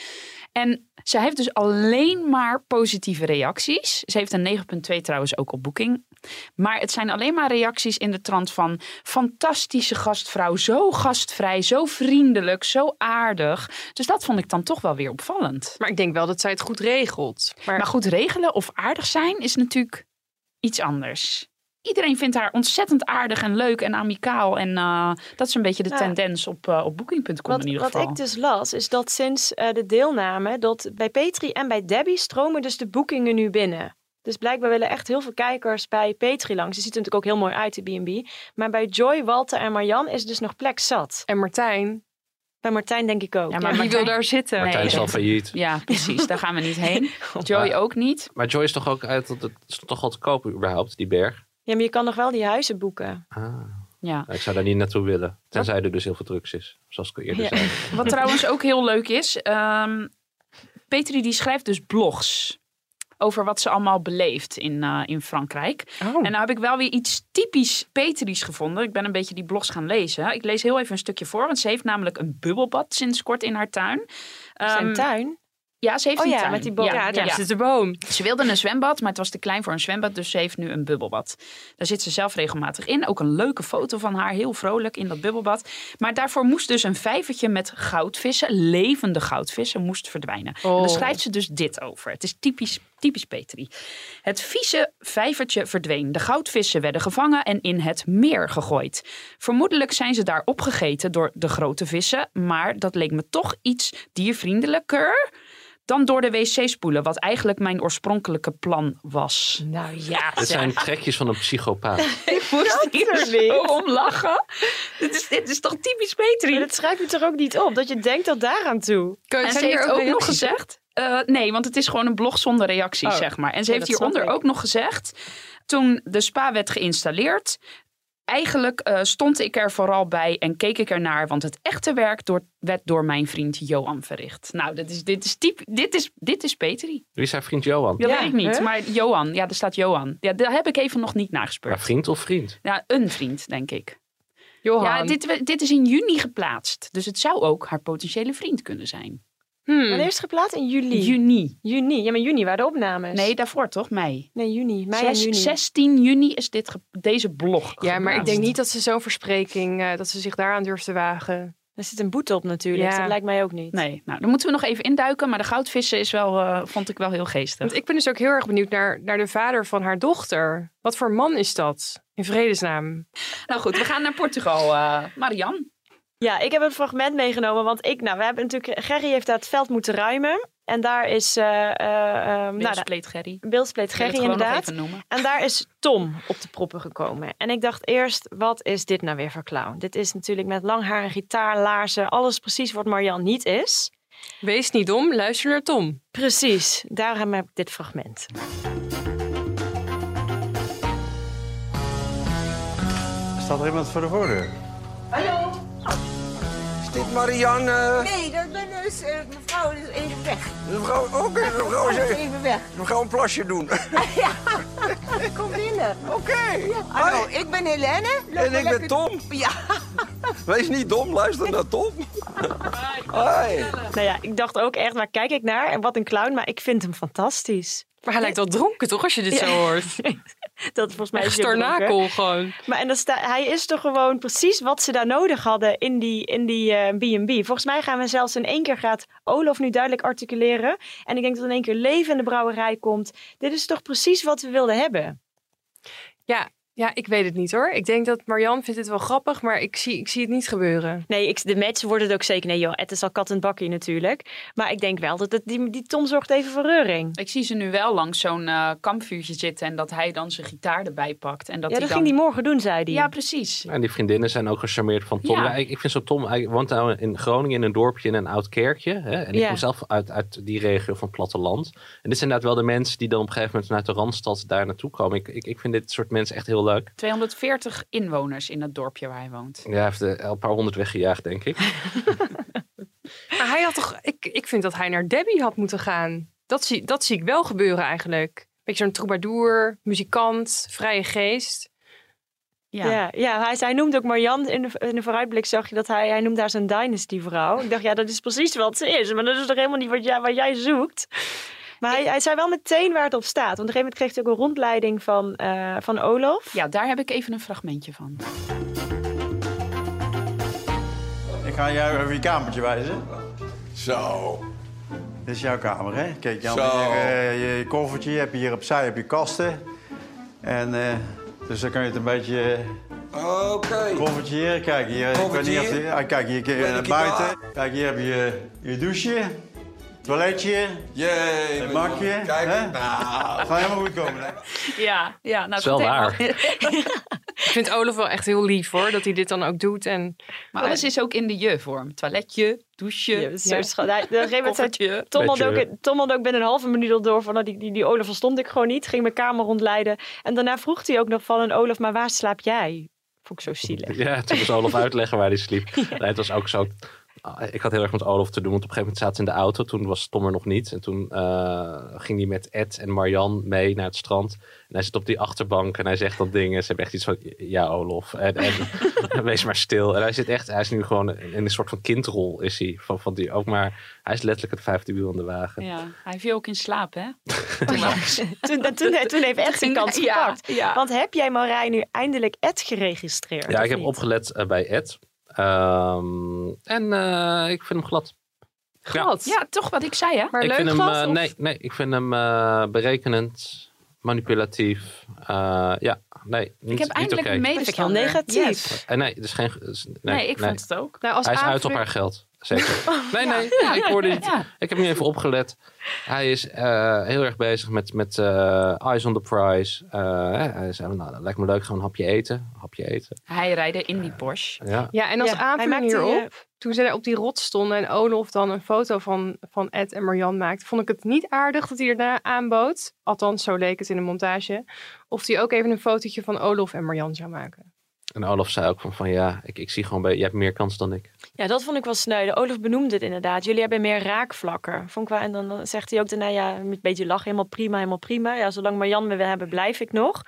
En ze heeft dus alleen maar positieve reacties. Ze heeft een 9.2 trouwens ook op boeking. Maar het zijn alleen maar reacties in de trant van... fantastische gastvrouw, zo gastvrij, zo vriendelijk, zo aardig. Dus dat vond ik dan toch wel weer opvallend.
Maar ik denk wel dat zij het goed regelt. Maar,
Maar goed, regelen of aardig zijn is natuurlijk iets anders. Iedereen vindt haar ontzettend aardig en leuk en amicaal. En eh, dat is een beetje de
Ja.
tendens op, eh, op Booking.com
Wat,
in ieder
wat
geval.
ik dus las, is dat sinds eh, de deelname, dat bij Petri en bij Debbie stromen dus de boekingen nu binnen. Dus blijkbaar willen echt heel veel kijkers bij Petri langs. Ze ziet er natuurlijk ook heel mooi uit, de B&B. Maar bij Joy, Walter en Marjan is dus nog plek zat.
En Martijn.
Bij Martijn denk ik ook.
Ja,
maar
maar
die wil
Martijn-
daar zitten.
Martijn is al failliet.
Ja, precies. Daar gaan we niet heen. Joey ook niet.
Maar Joy is toch ook uit, dat het is toch al te kopen überhaupt, die berg?
Ja, maar je kan nog wel die huizen boeken.
Ah,
Ja.
ik zou daar niet naartoe willen. Tenzij er dus heel veel drugs is, zoals ik al eerder
Ja.
zei.
Wat trouwens ook heel leuk is. ehm, Petri die schrijft dus blogs. Over wat ze allemaal beleeft in, eh, in Frankrijk.
Oh.
En nou heb ik wel weer iets typisch Petries gevonden. Ik ben een beetje die blogs gaan lezen. Ik lees heel even een stukje voor. Want ze heeft namelijk een bubbelbad sinds kort in haar tuin.
Zijn
Ehm,
tuin?
Ja, ze heeft
Oh
een
ja,
tuin.
met die boom.
Ja, daar
ja.
zit de boom.
Ze wilde een zwembad, maar het was te klein voor een zwembad, dus ze heeft nu een bubbelbad. Daar zit ze zelf regelmatig in. Ook een leuke foto van haar, heel vrolijk in dat bubbelbad. Maar daarvoor moest dus een vijvertje met goudvissen, levende goudvissen, moest verdwijnen. En daar
Oh.
schrijft ze dus dit over. Het is typisch, typisch Petri. Het vieze vijvertje verdween. De goudvissen werden gevangen en in het meer gegooid. Vermoedelijk zijn ze daar opgegeten door de grote vissen, maar dat leek me toch iets diervriendelijker dan door de wc spoelen, wat eigenlijk mijn oorspronkelijke plan was. Nou ja,
Het zijn trekjes van een psychopaat.
ik moest hier zo om lachen. Dit is, dit is toch typisch Petri?
Maar dat schrijf je toch ook niet op? Dat je denkt dat daaraan toe.
en ze heeft ook nog gezegd... eh, nee, want het is gewoon een blog zonder reactie,
Oh.
zeg maar. En ze
Nee,
heeft
dat snap
hieronder
ik.
ook nog gezegd... toen de spa werd geïnstalleerd... Eigenlijk eh, stond ik er vooral bij en keek ik ernaar, want het echte werk door, werd door mijn vriend Johan verricht. Nou, dit is, dit is, typ, dit is, dit is Petri.
Wie is haar vriend Johan?
Dat weet ik niet, maar Johan, ja, er staat Johan. Ja, daar heb ik even nog niet nagespeurd.
Maar vriend of vriend?
Ja, een vriend, denk ik.
Johan.
Ja, dit, we- dit is in juni geplaatst. Dus het zou ook haar potentiële vriend kunnen zijn.
Hmm.
Wanneer is het geplaatst? In juli.
Juni.
Juni. Ja, maar juni waren de opnames.
Nee, daarvoor toch? Mei.
Nee, juni. Mei
Zes-
en juni.
16 juni is dit ge- deze blog.
Ja, maar ik
geplaatst.
denk niet dat ze zo'n verspreking, eh, dat ze zich daaraan durft te wagen.
Er zit een boete op natuurlijk.
Ja.
Dat lijkt mij ook niet.
Nee, nou, daar moeten we nog even induiken. Maar de goudvissen is wel, eh, vond ik wel heel geestig.
Want ik ben dus ook heel erg benieuwd naar, naar de vader van haar dochter. Wat voor man is dat? In vredesnaam.
Nou goed, we gaan naar Portugal. eh Marian.
Ja, ik heb een fragment meegenomen, want ik, nou, we hebben natuurlijk, Gerry heeft daar het veld moeten ruimen. En daar is, eh eh ehm, nou,
Beelspleet Gerry.
Beeldspleet
Wil je het
Gerry
gewoon nog
inderdaad.
even noemen?
En daar is Tom op de proppen gekomen. En ik dacht eerst, wat is dit nou weer voor clown? Dit is natuurlijk met lang haar, gitaar, laarzen, alles precies wat Marian niet is.
Wees niet dom, luister naar Tom.
Precies, daarom heb ik dit fragment.
Staat er iemand voor de voordeur?
Hallo?
Is dit Marianne?
Nee, dat ben dus, eh, mevrouw is even weg.
Mevrouw, oké, mevrouw is
Mevrouw is
even...
even weg.
Mevrouw, een plasje doen.
Kom binnen.
Oké.
Ja. Hallo, ik ben Helene.
En
Loop maar
ik ben
lekker-
Tom.
Ja.
Wees niet dom, luister naar Tom. Hoi.
Nou ja, ik dacht ook echt, waar kijk ik naar? En wat een clown, maar ik vind hem fantastisch.
Maar hij lijkt wel dronken, toch, als je dit zo hoort?
Dat volgens mij
Echt
is hij ook dronken.
tornakel gewoon.
Maar en dat sta- hij is toch gewoon precies wat ze daar nodig hadden in die, in die eh, B&B. Volgens mij gaan we zelfs in één keer gaat Olaf nu duidelijk articuleren. En ik denk dat in één keer leven in de brouwerij komt. Dit is toch precies wat we wilden hebben.
Ja, ja, ik weet het niet hoor. Ik denk dat Marian vindt het wel grappig, maar ik zie, ik zie het niet gebeuren.
Nee, ik, de match wordt het ook zeker. Nee joh, het is al kat en bakkie natuurlijk. Maar ik denk wel dat het, die, die Tom zorgt even voor reuring.
Ik zie ze nu wel langs zo'n eh, kampvuurtje zitten. En dat hij dan zijn gitaar erbij pakt. En dat
ja,
hij
dat
dan...
ging hij morgen doen, zei hij.
Ja, precies.
En die vriendinnen zijn ook gecharmeerd van Tom.
Ja.
Ja, ik, ik vind zo Tom, hij woont nou in Groningen in een dorpje in een oud kerkje. Hè? En ik
Ja.
kom zelf uit, uit die regio van het platteland. En dit zijn inderdaad wel de mensen die dan op een gegeven moment vanuit de Randstad daar naartoe komen. Ik, ik, ik vind dit soort mensen echt heel leuk.
240 inwoners in het dorpje waar hij woont.
Ja, hij heeft eh, een paar honderd weggejaagd, denk ik.
Maar hij had toch, ik, ik vind dat hij naar Debbie had moeten gaan. Dat zie, dat zie ik wel gebeuren eigenlijk. Beetje zo'n troubadour, muzikant, vrije geest.
Ja, ja, hij, hij noemde ook Marian. In de, in de vooruitblik zag je dat hij, hij noemde haar zijn dynasty-vrouw. Ik dacht, ja, dat is precies wat ze is. Maar dat is toch helemaal niet wat jij, wat jij zoekt? Maar hij, hij zei wel meteen waar het op staat. Want op een gegeven moment kreeg hij ook een rondleiding van, eh, van Olof.
Ja, daar heb ik even een fragmentje van.
Ik ga jou even je kamertje wijzen. Zo. Dit is jouw kamer, hè? Kijk, je,
Zo.
allemaal hier, eh, je koffertje, je hebt hier opzij heb je kasten. En eh, dus dan kan je het een beetje... Oké. Koffertje hier, kijk hier. Ik weet
Koffertje
niet of
hier.
die- ah, kijk hier, kun je
Ben
naar
ik
buiten.
daar?
Kijk, hier heb je je douche, toiletje,
Jee,
het bakje.
Kijk,
hè?
nou.
Gaat helemaal goed komen, hè?
Ja, ja nou,
Is wel
goed,
waar.
helemaal.
Ik vind Olaf wel echt heel lief hoor, dat hij dit dan ook doet. En,
maar alles is ook in de je-vorm. Toiletje, douche.
Ja, dat is zo schat. Hij- op een gegeven moment zei-
Koffertje.
Tom had, ook,
Beetje-
Tom had ook binnen een halve minuut al door van nou, die, die, die Olaf verstond ik gewoon niet. Ging mijn kamer rondleiden. En daarna vroeg hij ook nog van een Olaf, maar waar slaap jij? Vond ik zo zielig.
Ja, toen moest Olaf uitleggen waar hij sliep. Nee, het was ook zo. ah, Ik had heel erg met Olaf te doen, want op een gegeven moment zaten ze in de auto. Toen was Tom er nog niet. En toen eh, ging hij met Ed en Marian mee naar het strand. En hij zit op die achterbank en hij zegt dan dingen. Ze hebben echt iets van, ja Olaf, en, en, wees maar stil. En hij zit echt, hij is nu gewoon in een soort van kindrol is hij. Van, van die ook maar, hij is letterlijk het vijfde wiel aan de wagen.
Ja, hij viel ook in slaap, hè?
toen, en toen, toen heeft Ed zijn kans
Ja,
gepakt.
ja.
Want heb jij Marijn nu eindelijk Ed geregistreerd?
Ja,
of
ik heb
niet?
opgelet eh, bij Ed. Ehm, en eh, ik vind hem glad. Glad?
Ja, toch wat ik zei, hè?
Maar
ik vind hem, eh, nee, nee, ik vind hem eh, berekenend, manipulatief. Eh, ja, nee, niet,
Ik heb
niet
eindelijk
oké.
een medeverstander.
Eh, nee, het is geen. het is- nee,
Nee, ik
nee.
vond het ook.
Nou,
Hij is uit op haar geld. Zeker. Nee,
Ja.
nee,
Ja.
ik hoorde niet.
Ja.
Ik heb nu even opgelet. Hij is eh, heel erg bezig met, met eh, eyes on the prize. Eh, hij zei, nou, lijkt me leuk, gewoon een hapje eten. Een hapje eten.
Hij rijden in die Porsche.
Ja.
Ja, en als
Ja, hij
aanvulling
maakte,
hierop,
eh,
toen ze daar op die rots stonden en Olof dan een foto van, van Ed en Marian maakte, vond ik het niet aardig dat hij erna aanbood, althans zo leek het in de montage, of hij ook even een fotootje van Olof en Marian zou maken.
En Olaf zei ook van, van ja, ik, ik zie gewoon, bij, je hebt meer kans dan ik.
Ja, dat vond ik wel sneu. De Olaf benoemde het inderdaad. Jullie hebben meer raakvlakken. Vond ik wel. En dan zegt hij ook daarna, ja, met een beetje lachen, helemaal prima, helemaal prima. Ja, zolang Marjan me wil hebben, blijf ik nog.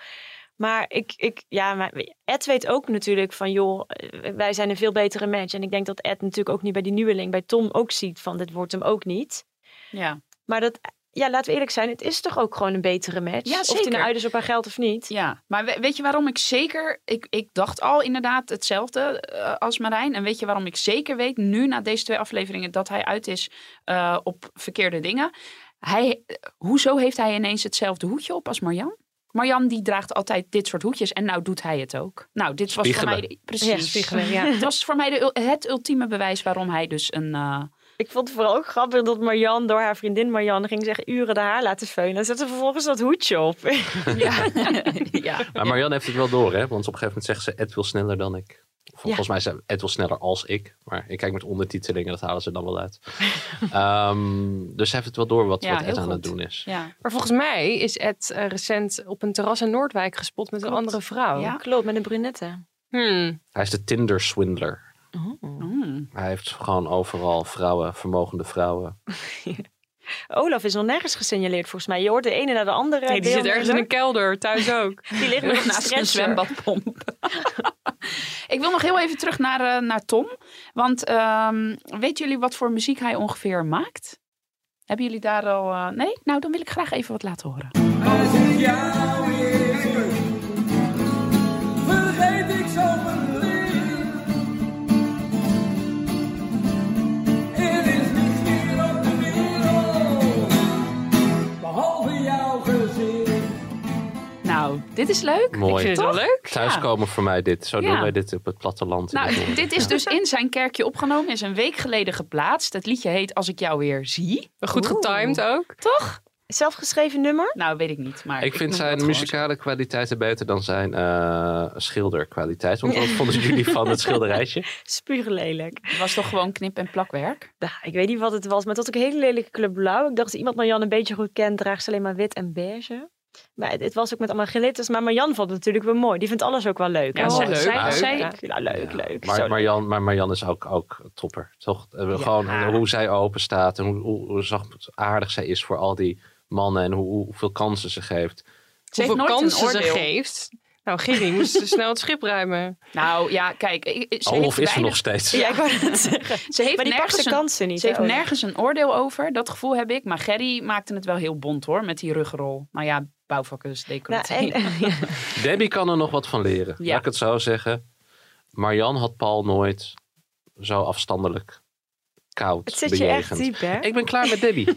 Maar ik, ik ja, maar Ed weet ook natuurlijk van, joh, eh, wij zijn een veel betere match. En ik denk dat Ed natuurlijk ook niet bij die nieuweling, bij Tom ook ziet van, dit wordt hem ook niet.
Ja.
Maar dat, ja, laten we eerlijk zijn, het is toch ook gewoon een betere match?
Ja,
Of
zeker.
hij nou uit is op haar geld of niet.
Ja, maar we- weet je waarom ik zeker... Ik, ik dacht al inderdaad hetzelfde eh, als Marijn. En weet je waarom ik zeker weet, nu na deze twee afleveringen... dat hij uit is eh, op verkeerde dingen? Hij, eh, hoezo heeft hij ineens hetzelfde hoedje op als Marjan? Marjan die draagt altijd dit soort hoedjes en nou doet hij het ook. Nou, dit was
Spiegelen.
voor mij... de-
Ja,
Precies.
spiegelen, ja.
Het was voor mij de, ul- het ultieme bewijs waarom hij dus een... eh,
Ik vond het vooral ook grappig dat Marian door haar vriendin Marianne ging zeggen uren de haar laten veunen. En zette vervolgens dat hoedje op.
Maar Marianne heeft het wel door, hè? Want op een gegeven moment zegt ze, Ed wil sneller dan ik. Vol-
Ja.
Volgens mij zei Ed wil sneller als ik. Maar ik kijk met ondertitelingen, dat halen ze dan wel uit. Ehm, dus hij heeft het wel door wat,
Ja,
wat Ed
heel
aan het
goed.
doen is.
Ja.
Maar volgens mij is Ed eh, recent op een terras in Noordwijk gespot met een andere vrouw.
Ja, klopt, met een brunette.
Hmm.
Hij is de Tinder-swindler.
Hmm.
Hij heeft gewoon overal vrouwen, vermogende vrouwen.
Olaf is nog nergens gesignaleerd volgens mij. Je hoort de ene naar de andere.
Nee, die zit
deelnemer.
ergens in een kelder, thuis ook.
Die ligt nog naast een zwembad.
zwembadpomp. ik wil nog heel even terug naar, eh, naar Tom. Want ehm weten jullie wat voor muziek hij ongeveer maakt? Hebben jullie daar al... eh, nee? Nou, dan wil ik graag even wat laten horen.
Als ik jou weer heb, vergeet ik zo mijn leven. Er is niks meer op de wereld, behalve jouw gezicht.
Nou, dit is leuk.
Mooi.
Ik vind het wel leuk. Ja.
Thuiskomen voor mij dit. Zo
Ja.
doen wij dit op het platteland. in
Nou,
het noorden.
dit is dus in zijn kerkje opgenomen. Is een week geleden geplaatst. Het liedje heet Als ik jou weer zie.
Goed getimed ook.
Toch?
Zelfgeschreven nummer?
Nou, weet ik niet. Maar
Ik vind
noem
zijn
dat gewoon zo.
muzikale kwaliteiten beter dan zijn eh, schilderkwaliteit. Want wat vonden jullie van het schilderijtje?
Spuuglelijk.
Het was toch gewoon knip- en plakwerk?
Nou, ik weet niet wat het was, maar het was ook een hele lelijke kleur blauw. Ik dacht, als iemand Marianne een beetje goed kent, draagt ze alleen maar wit en beige. Maar het, het was ook met allemaal glitters. Maar Marianne vond het natuurlijk wel mooi. Die vindt alles ook wel leuk.
Ja,
En
ze-
zij-
leuk,
Oh, zij-
leuk.
zij-
Ja.
Ja, leuk, leuk. Zo
Maar Marjan, maar Marjan is ook, ook topper. Toch? Eh, Gewoon hoe zij open staat en hoe, hoe, hoe zachtaardig zij is voor al die mannen en hoe, hoe- hoeveel kansen ze geeft.
Ze heeft
Hoeveel
nooit een
kansen ze
oordeel.
geeft. Nou, Gerry moest ze snel het schip ruimen.
Nou ja, kijk. ik- ik- Ze
Olaf
heeft
is er
weinig-
nog steeds.
Ja, ik wou het zeggen.
Ze heeft
maar die
nergens
pakt de
een-
kansen niet.
Ze heeft
hè, Olaf?
nergens een oordeel over. Dat gevoel heb ik. Maar Gerry maakte het wel heel bont hoor. Met die rugrol. Nou ja, bouwvakkers, decoratie.
Nou, en-
Debbie kan er nog wat van leren.
Ja.
Laat ik het zo zeggen. Marjan had Paul nooit zo afstandelijk koud
Het zit je
bejegend.
echt diep, hè?
Ik ben klaar met Debbie.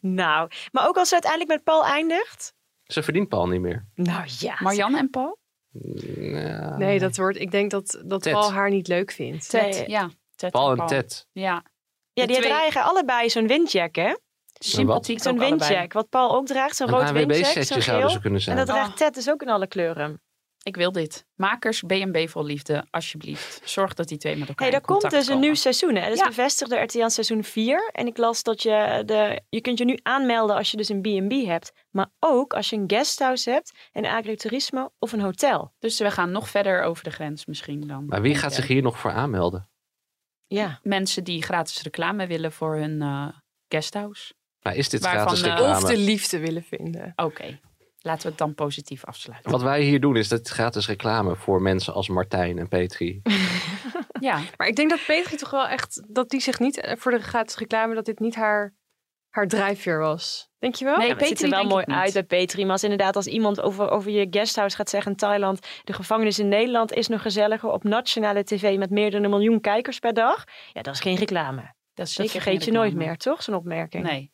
Nou, maar ook als ze uiteindelijk met Paul eindigt.
ze verdient Paul niet meer.
Nou ja.
Marjan en Paul?
Ja.
Nee, dat wordt, ik denk dat, dat
Ted.
Paul haar niet leuk vindt.
Ted, ja. Ted
Paul en Ted.
Ja.
Ja,
De
die
twee-
dragen allebei zo'n windjack, hè?
Sympathiek
Zo'n
ook allebei.
windjack, wat Paul ook draagt. Zo'n
Een
rood
AWB
windjack,
setje
zo'n
zouden
geel.
ze kunnen zijn.
En dat draagt
Ah.
Ted dus ook in alle kleuren.
Ik wil dit. Makers B&B vol liefde, alsjeblieft. Zorg dat die twee met elkaar
Hey, er
in
komt
contact
dus een
komen.
nieuw seizoen. Hè? Dat is bevestigd door RTL seizoen 4. En ik las dat je de, je kunt je nu aanmelden als je dus een B&B hebt. Maar ook als je een guesthouse hebt, een agritourisme of een hotel.
Dus we gaan nog verder over de grens misschien dan.
Maar wie
Ik,
gaat
eh,
zich hier nog voor aanmelden?
Ja.
Mensen die gratis reclame willen voor hun eh, guesthouse.
Maar is dit
Waarvan,
gratis
eh,
reclame?
Of de liefde willen vinden.
Oké, laten we het dan positief afsluiten.
Wat wij hier doen is dat gratis reclame voor mensen als Martijn en Petri.
Ja.
Maar ik denk dat Petri toch wel echt, dat die zich niet eh, voor de gratis reclame, dat dit niet haar, haar drijfveer was. Denk je wel?
Nee, het ziet er wel mooi uit bij Petri. Maar als inderdaad als iemand over, over je guesthouse gaat zeggen in Thailand... de gevangenis in Nederland is nog gezelliger op nationale tv... met meer dan een miljoen kijkers per dag. Ja, dat is geen reclame.
Dat, is
dat
zeker
vergeet je
geen
nooit
reclame.
meer, toch? Zo'n opmerking.
Nee.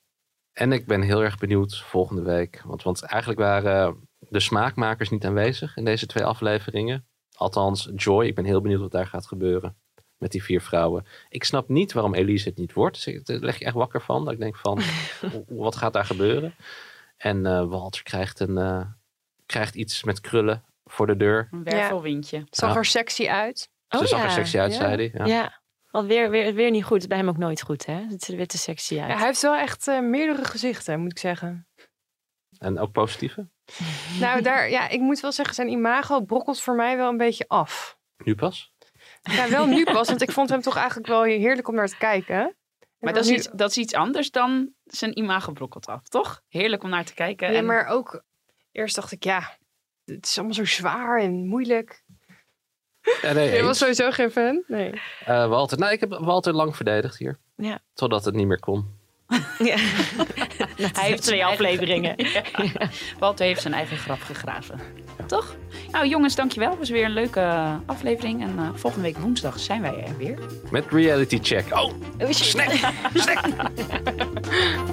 En ik ben heel erg benieuwd volgende week. Want, want eigenlijk waren de smaakmakers niet aanwezig in deze twee afleveringen. Althans, Joy, ik ben heel benieuwd wat daar gaat gebeuren. met die vier vrouwen. Ik snap niet waarom Elise het niet wordt. Dus ik- daar leg je echt wakker van. Dat ik denk van, w- wat gaat daar gebeuren? En eh, Walter krijgt, een, eh, krijgt iets met krullen voor de deur.
Een wervelwindje.
Zag
Ja.
er sexy uit.
Ze zag er sexy uit, zei hij. Ja.
Ja, want weer, weer, weer niet goed. Het is bij hem ook nooit goed, hè? Het ziet er weer te sexy uit.
Ja, hij heeft wel echt eh, meerdere gezichten, moet ik zeggen.
En ook positieve.
Nou, daar, ja, ik moet wel zeggen, zijn imago brokkelt voor mij wel een beetje af.
Nu pas.
Ja, wel nu pas, want ik vond hem toch eigenlijk wel heerlijk om naar te kijken.
Maar dat is, iets, dat is iets anders dan zijn imago brokkelt af, toch? Heerlijk om naar te kijken.
Ja,
en-
maar ook eerst dacht ik, ja, het is allemaal zo zwaar en moeilijk.
Ja, nee,
Je
eens.
was sowieso geen fan? Nee.
Eh, Walter. Nou, ik heb Walter lang verdedigd hier.
Ja.
Totdat het niet meer kon.
Hij heeft twee afleveringen. Walter heeft zijn eigen grap gegraven. Toch? Nou jongens, dankjewel. Het was weer een leuke aflevering. En eh, volgende week woensdag zijn wij er weer.
Met reality check. Oh,
Snack!